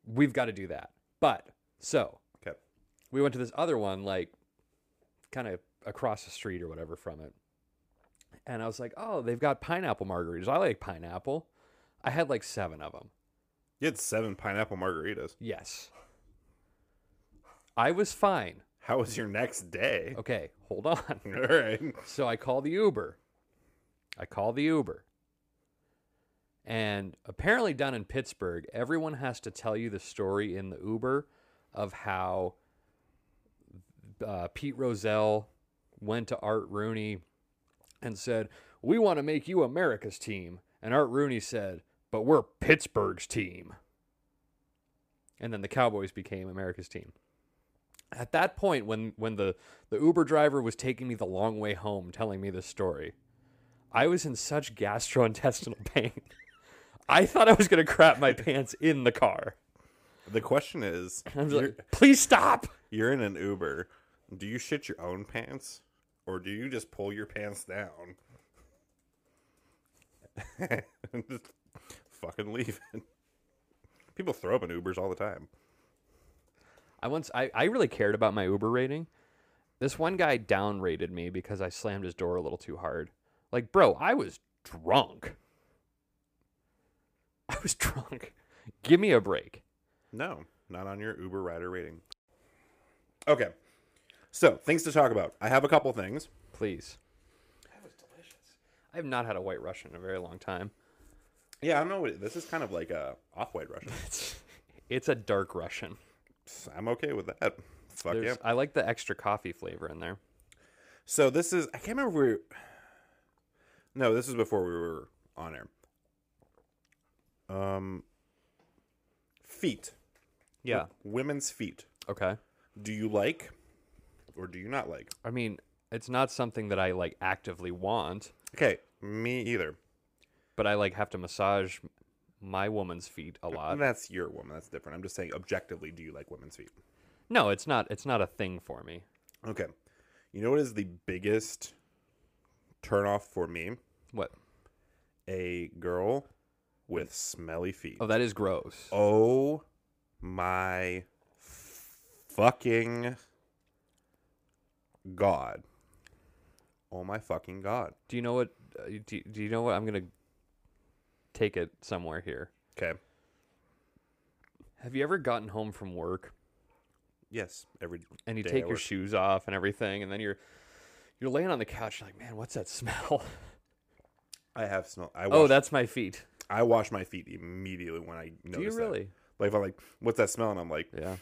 we've got to do that but so
Okay.
we went to this other one like kind of across the street or whatever from it and i was like oh they've got pineapple margaritas i like pineapple i had like seven of them
You had seven pineapple margaritas.
yes i was fine
How was your next day?
okay hold on *laughs*
*laughs* All right.
so i call the uber i call the uber and apparently down in pittsburgh everyone has to tell you the story in the uber of how uh, pete rosell went to art rooney and said we want to make you america's team and art rooney said but we're pittsburgh's team and then the cowboys became america's team at that point when when the the uber driver was taking me the long way home telling me this story i was in such gastrointestinal *laughs* pain i thought i was going to crap my pants in the car
The question
*laughs*
is
i was
you're,
like please stop
you're in an Uber. Do you shit your own pants? Or do you just pull your pants down? *laughs* and just fucking leave it. People throw up in Ubers all the time.
i once i, I really cared about my uber rating this one guy downrated me because i slammed his door a little too hard like bro i was drunk i was *laughs* drunk give me a break
No, not on your Uber rider rating. Okay. So, things to talk about. I have a couple things.
please that was delicious i have not had a white russian in a very long time *laughs*
Yeah, I don't know. What it, this is kind of like a off-white Russian. *laughs*
It's a dark Russian.
I'm okay with that. Fuck
There's-
yeah.
I like the extra coffee flavor in there.
So this is I can't remember. If we were, no, this is before we were on air. Um, feet,
Yeah.
women's feet.
Okay.
Do you like, or do you not like?
I mean, it's not something that I like actively want,
Okay, me either.
but I like have to massage my woman's feet a lot.
that's your woman. That's different. I'm just saying objectively. Do you like women's feet?
No, it's not. It's not a thing for me.
Okay. You know what is the biggest turnoff for me?
What?
A girl with smelly feet.
Oh, that is gross.
Oh my fucking god. Oh my fucking god.
Do you know what? Uh, do, do you know what? I'm gonna take it somewhere here.
Okay.
Have you ever gotten home from work
Yes, every
and you
day I
take your
work.
shoes off and everything, and then you're you're laying on the couch, you're like, man, what's that smell? *laughs*
I have smell. I wash,
oh, that's my feet.
I wash my feet immediately when I notice
Do you
that.
really?
Like if I'm like, what's that smell? And I'm like,
Yeah.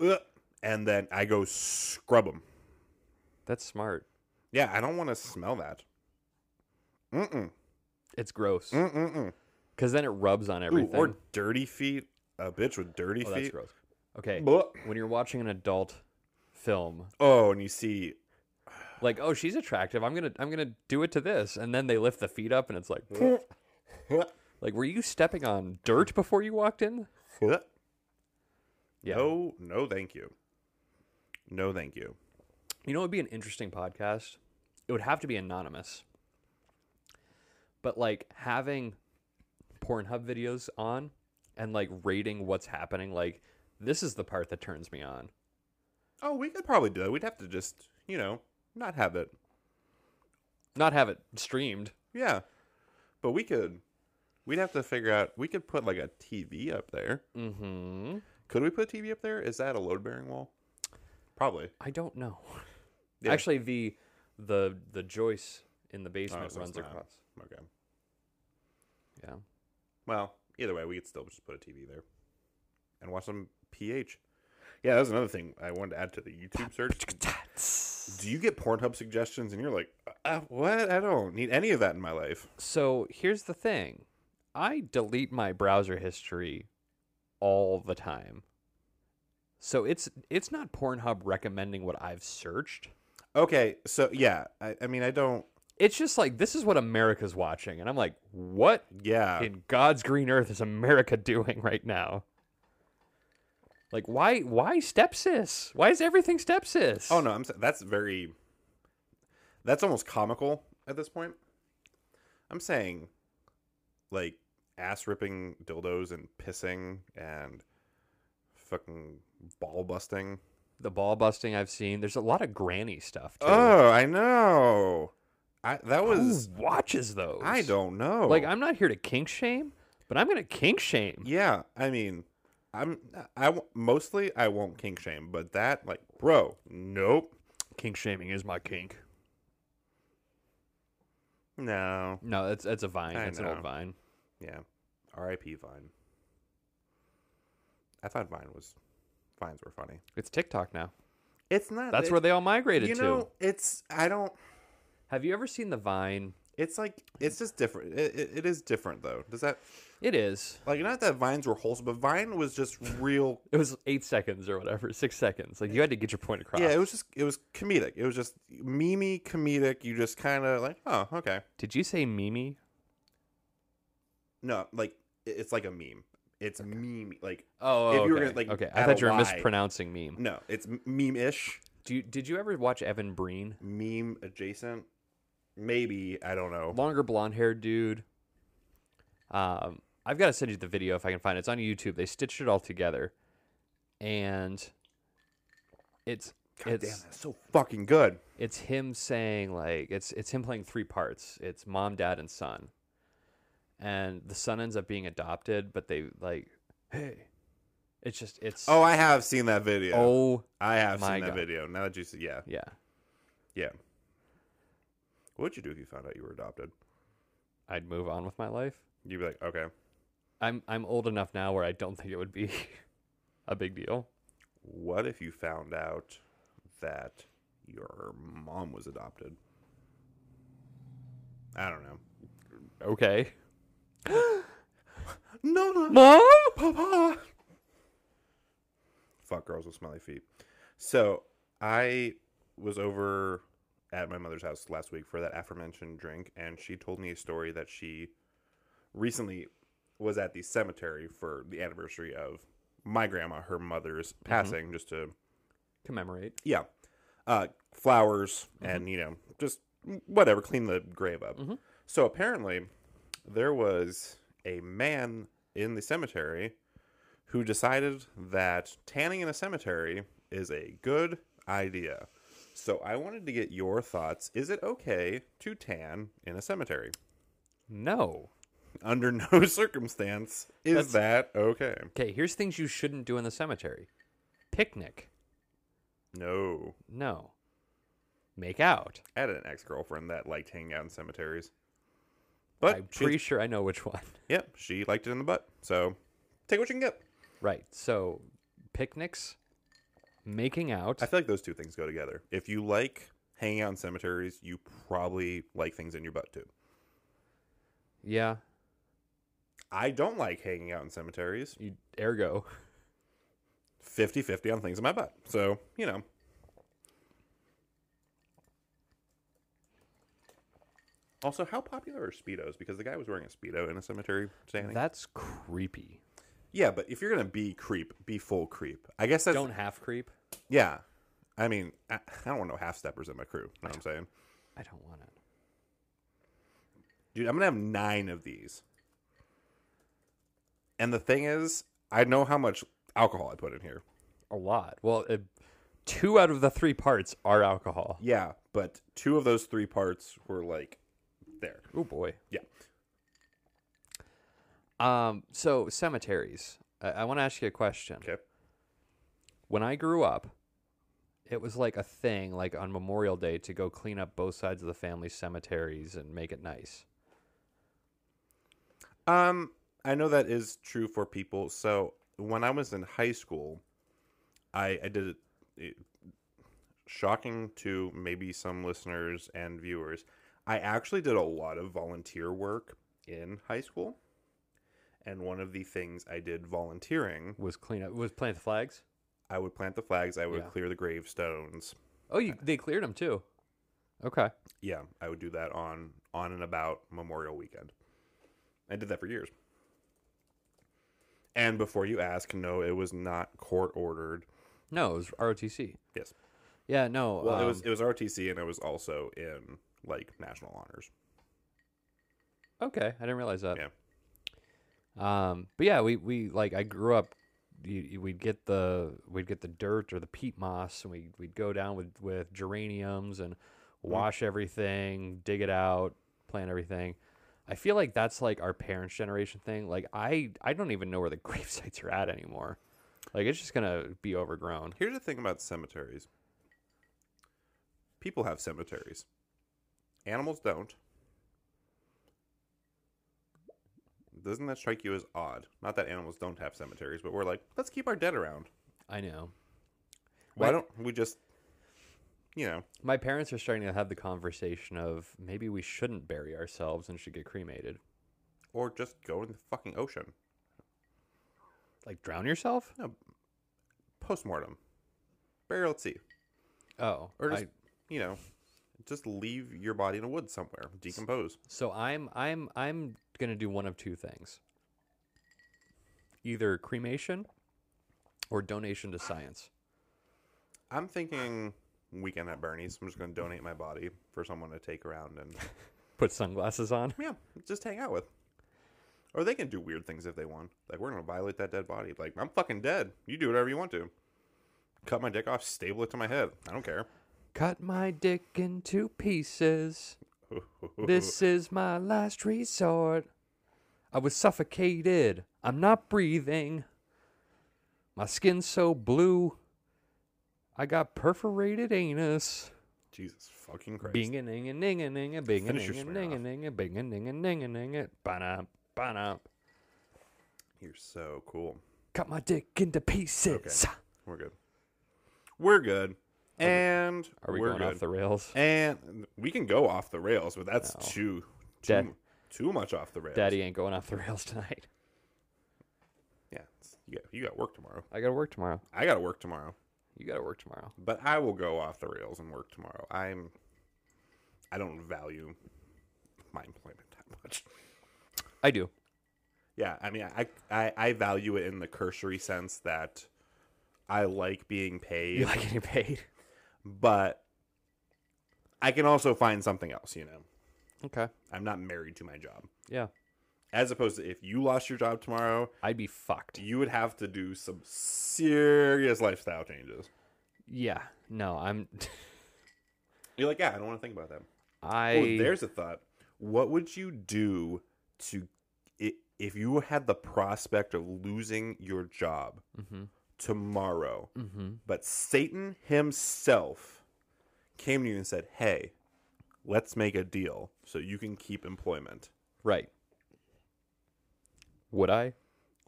Ugh. and then I go scrub them.
That's smart.
Yeah, I don't want to smell that. Mm-mm.
It's gross
Mm-mm-mm.
because then it rubs on
Mm. Ooh,
everything.
or dirty feet. A bitch with dirty
oh, that's
feet.
gross. Okay,
Blah.
when you're watching an adult film,
Oh, and you see *laughs*
like, oh, she's attractive. I'm gonna, I'm gonna do it to this, and then they lift the feet up, and it's like, like, were you stepping on dirt before you walked in? Yeah.
No, no, thank you. No, thank you.
You know, it'd be an interesting podcast. It would have to be anonymous, but like having Pornhub videos on and like rating what's happening. Like, this is the part that turns me on.
Oh, we could probably do that. We'd have to just, you know, not have it.
Not have it streamed.
Yeah. But we could, we'd have to figure out, we could put like a TV up there.
Mm-hmm.
Could we put a TV up there? Is that a load bearing wall? Probably.
I don't know.
Yeah.
Actually, the the the Joyce in the
Oh, so
basement
it's
runs
not.
across.
Okay.
Yeah.
Well, either way, we could still just put a TV there and watch some PH. Yeah, that was another thing I wanted to add to the YouTube search. Do you get Pornhub suggestions and you're like, uh, what? I don't need any of that in my life.
So here's the thing: I delete my browser history all the time. So it's it's not Pornhub recommending what I've searched.
Okay, so yeah, I, I mean, I don't.
It's just like this is what America's watching, and I'm like, what
Yeah,
in God's green earth is America *laughs* doing right now? Like, why why stepsis? Why is everything stepsis?
Oh no, I'm sa- that's very that's almost comical at this point. I'm saying like ass ripping dildos and pissing and fucking ball busting.
the ball busting I've seen. There's a lot of granny stuff too.
Oh, I know. Oh. I that
Who
was
watches those?
I don't know.
Like I'm not here to kink shame, but I'm gonna kink shame.
Yeah, I mean, I'm I w- mostly I won't kink shame, but that like, bro, nope,
Kink shaming is my kink.
no,
No, that's that's a vine.
I
That's an old
know.
vine.
yeah, R.I.P. Vine. I thought Vine was Vines were funny.
It's TikTok now.
It's not.
That's
it-
where they all migrated
you
to.
know. It's I don't.
Have you ever seen the vine?
It's like it's just different. It, it, it is different though. Does that
It is.
like not that Vines were wholesome, but Vine was just
*laughs*
real.
It was eight seconds or whatever, *laughs* six seconds. Like you had to get your point across.
Yeah, it was just it was comedic. It was just memey comedic. You just kind of like, oh, okay.
Did you say Mimi?
No, like i- it's like a meme. It's meme like
Oh,
If
okay.
you were gonna, like,
okay. I
add
thought
a
you were
Y.
mispronouncing meme.
no, it's m- meme-ish,
Do you, did you ever watch Evan Breen?
meme adjacent. Maybe I don't know.
Longer blonde haired dude. Um, I've got to send you the video if I can find it. It's on YouTube. They stitched it all together, and it's
God
it's
damn, that's so fucking good.
it's him saying like it's it's him playing three parts. It's mom, dad, and son. And the son ends up being adopted, but they like hey, it's just it's
Oh, I have seen that video.
oh
I have
my
seen that
God.
video. Now that you see, yeah,
yeah.
yeah. What would you do if you found out you were adopted?
I'd move on with my life.
You'd be like, okay,
I'm I'm old enough now where I don't think it would be *laughs* a big deal.
what if you found out that your mom was adopted? I don't know.
Okay.
No, no,
Mom?
*laughs* Papa. Fuck girls with smelly feet. So I was over at my mother's house last week for that aforementioned drink, and she told me a story that she recently was at the cemetery for the anniversary of my grandma, her mother's passing, just to
Commemorate.
yeah, uh, flowers and you know just whatever, clean the grave up. So apparently, there was a man in the cemetery who decided that tanning in a cemetery is a good idea. So I wanted to get your thoughts. Is it okay to tan in a cemetery?
No.
Under *laughs* no circumstance is that okay.
Okay, here's things you shouldn't do in the cemetery. Picnic.
No.
No. Make out.
I had an ex-girlfriend that liked hanging out in cemeteries. But
I'm
she-
pretty sure I know which *laughs* one.
Yep, she liked it in the butt. So take what you can get.
Right. So picnics, making out.
I feel like those two things go together. If you like hanging out in cemeteries, you probably like things in your butt too.
yeah.
I don't like hanging out in cemeteries.
You ergo.
50 50 on things in my butt. So, you know, also, how popular are Speedos? Because the guy was wearing a Speedo in a cemetery standing.
That's creepy.
yeah, but if you're going to be creep, be full creep. I guess that's.
Don't half creep.
Yeah. I mean, I, I don't want no half steppers in my crew. You know what I'm saying?
I don't want it.
Dude, I'm gonna have nine of these. And the thing is, I know how much alcohol I put in here.
A lot. Well, uh, two out of the three parts are alcohol.
Yeah, but two of those three parts were like there.
Oh boy.
Yeah.
Um. So cemeteries. I, I want to ask you a question.
Okay.
When I grew up, it was like a thing, like on Memorial Day, to go clean up both sides of the family cemeteries and make it nice.
Um, I know that is true for people. So when I was in high school, I I did it, it shocking to maybe some listeners and viewers. I actually did a lot of volunteer work in high school. And one of the things I did volunteering
Was clean up. Was plant the flags.
I would plant the flags. I would
Yeah.
clear the gravestones.
Oh, you, they cleared them too. Okay.
Yeah, I would do that on on and about Memorial Weekend. I did that for years. And before you ask, no, it was not court ordered.
No, it was ROTC.
Yes.
Yeah. No.
Well, it
um,
was it was ROTC, and it was also in like national honors.
Okay, I didn't realize that.
Yeah.
Um, but yeah, we we like I grew up you, you- we'd get the we'd get the dirt or the peat moss, and we we'd go down with with geraniums and wash everything, dig it out, plant everything. I feel like that's like our parents' generation thing. Like I I don't even know where the *laughs* grave sites are at anymore. Like it's just gonna be overgrown.
Here's the thing about cemeteries. People have cemeteries. Animals don't. Doesn't that strike you as odd? Not that animals don't have cemeteries, but we're like, let's keep our dead around.
I know.
Why
Right.
don't we just, you know,
My parents are starting to have the conversation of maybe we shouldn't bury ourselves and should get cremated.
or just go in the fucking ocean?
Like drown yourself?
Postmortem. Burial at sea.
Oh,
Or just,
I-
you know, just leave your body in a wood somewhere. Decompose.
so I'm I'm I'm gonna do one of two things: either cremation or donation to science.
I'm thinking weekend at Bernie's. I'm just going to donate my body for someone to take around
*laughs*
and
Put sunglasses on.
yeah, just hang out with. Or they can do weird things if they want. Like we're going to violate that dead body. Like I'm fucking dead. You do whatever you want to. Cut my dick off, staple it to my head. I don't care. *laughs*
Cut my dick into pieces. this is my last resort. I was suffocated. I'm not breathing. My skin's so blue. I got perforated anus.
Jesus fucking Christ.
Bing a ning a ning a ning a bing a
Finish your
ning a
swear
ning a
off.
ning a bing a ning a ning a ning a ba ba
You're so cool.
Cut my dick into pieces.
We're good. We're good. And
Are we
are
going
good.
off the rails?
And we can go off the rails, but that's
No.
too too,
Dad-
mu- too much off the rails.
Daddy ain't going off the rails tonight.
Yeah, it's- you got, you got work tomorrow.
I gotta work tomorrow.
I got to work tomorrow,
You gotta work tomorrow.
but I will go off the rails and work tomorrow. I'm I don't value my employment that much. *laughs*
I do.
Yeah, I mean, I I, I value it in the cursory sense that I like being paid,
You like getting paid?
but I can also find something else. You know,
Okay.
I'm not married to my job.
Yeah.
As opposed to if you lost your job tomorrow,
I'd be fucked.
you would have to do some serious lifestyle changes.
Yeah. No, I'm. *laughs*
You're like, yeah, I don't want to think about that.
I.
Oh, there's a thought. What would you do to i- if you had the prospect of losing your job tomorrow, but Satan himself came to you and said, "Hey, let's make a deal so you can keep employment."
Right. Would I?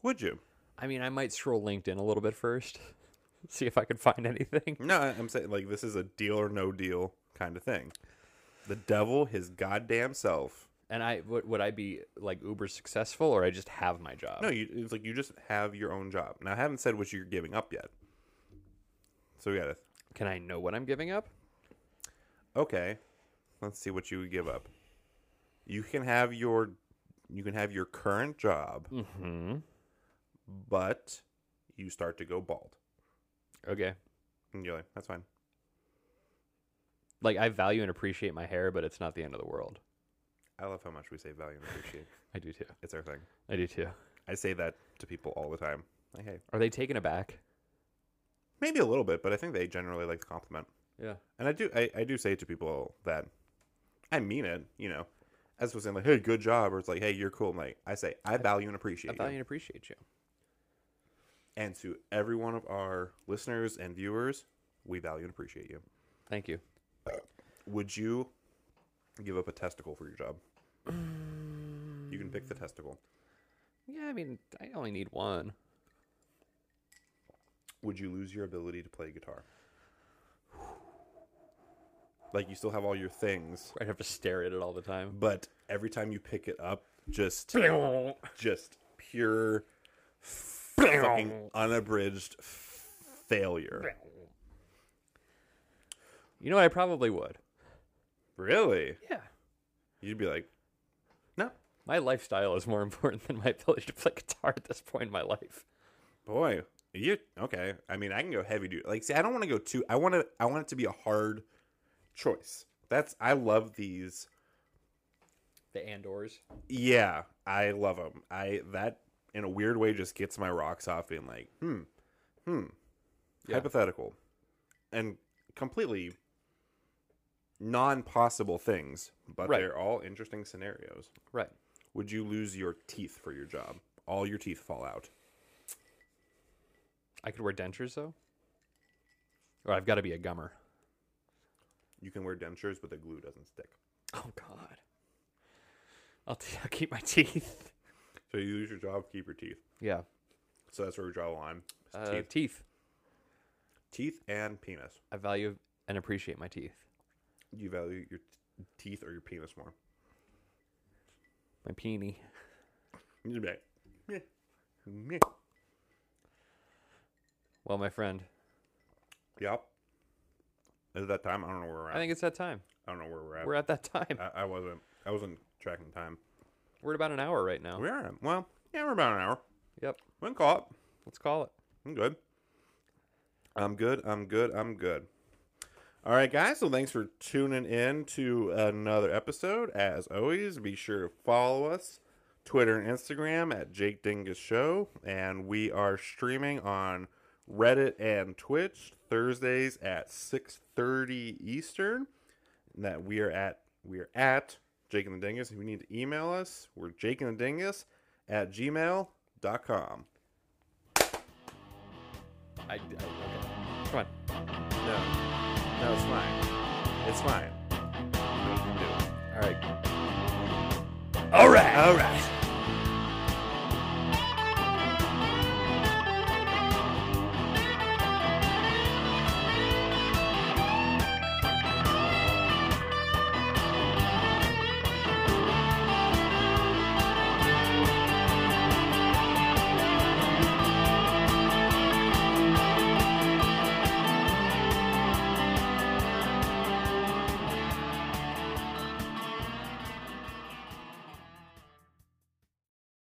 Would you?
I mean, I might scroll LinkedIn a little bit first, *laughs* see if I could find anything.
No, I- I'm saying like this is a deal or no deal kind of thing. The devil, his goddamn self.
And I would, would I be like uber successful, or I just have my job?
No, you, it's like you just have your own job. Now, I haven't said what you're giving up yet. So we got to
Can I know what I'm giving up?
okay. Let's see what you would give up. You can have your you can have your current job,
Mm-hmm.
but you start to go bald.
Okay.
And you're like, that's fine.
Like I value and appreciate my hair, but it's not the end of the world.
I love how much we say value and appreciate. *laughs*
I do too.
It's our thing.
I do too.
I say that to people all the time. Like, hey,
Are they taken aback?
maybe a little bit, but I think they generally like the compliment.
Yeah.
And I do I, I do say to people that I mean it, you know, as opposed to saying like, hey, good job, or it's like, hey, you're cool. I'm like, I say, I value and
I
appreciate
value
you.
and appreciate you.
And to every one of our listeners and viewers, we value and appreciate you.
Thank you.
Would you give up a testicle for your job? you can pick the testicle.
Yeah, I mean, I only need one.
Would you lose your ability to play guitar? Like you still have all your things,
*laughs* I'd have to stare at it all the *laughs* time.
but every time you pick it up, just just pure fucking unabridged failure.
You know what? I probably would.
Really?
Yeah.
You'd be like, no,
My lifestyle is more *laughs* important than my ability to play guitar at this point in my life.
boy, you okay? I mean, I can go heavy duty. Like, see, I don't want to go too. I want to. I want it to be a hard choice. That's I love these.
The Andors.
Yeah, I love them. I that in a weird way just gets my rocks off being like, hmm, hmm,
Yeah.
hypothetical, and completely non-possible things, but
Right.
they're all interesting scenarios.
Right.
Would you lose your teeth for your job? All your teeth fall out.
I could wear dentures though. Or I've got to be a gummer.
You can wear dentures, but the glue doesn't stick.
Oh God. I'll, t- *laughs* I'll keep my teeth.
So you lose your job, keep your teeth.
Yeah.
So that's where we draw the line. It's
Uh,
teeth,
teeth.
teeth, and penis.
I value and appreciate my teeth.
Do you value your t- teeth or your penis more?
My peenie.
You'd be like, "Meh, meh."
Well, my friend,
Yep. At that time, I don't know where we're at.
I think it's that time.
I don't know where we're at.
We're at that time.
I, I wasn't. I wasn't tracking time.
We're at about an hour right now.
We are. at- Well, yeah, we're about an hour.
Yep.
We can call it.
Let's call it.
I'm good. I'm good. I'm good. I'm good. All right, guys. So thanks for tuning in to another episode. As always, be sure to follow us Twitter and Instagram at Jake Dingus Show, and we are streaming on Reddit and Twitch Thursdays at 6:30 Eastern. And that we are at we are at Jake and the Dingus. If you need to email us, we're Jake and the Dingus at gmail.com.
I, I, okay. Come on.
No. No, it's fine. It's fine.
All right.
All right. All right.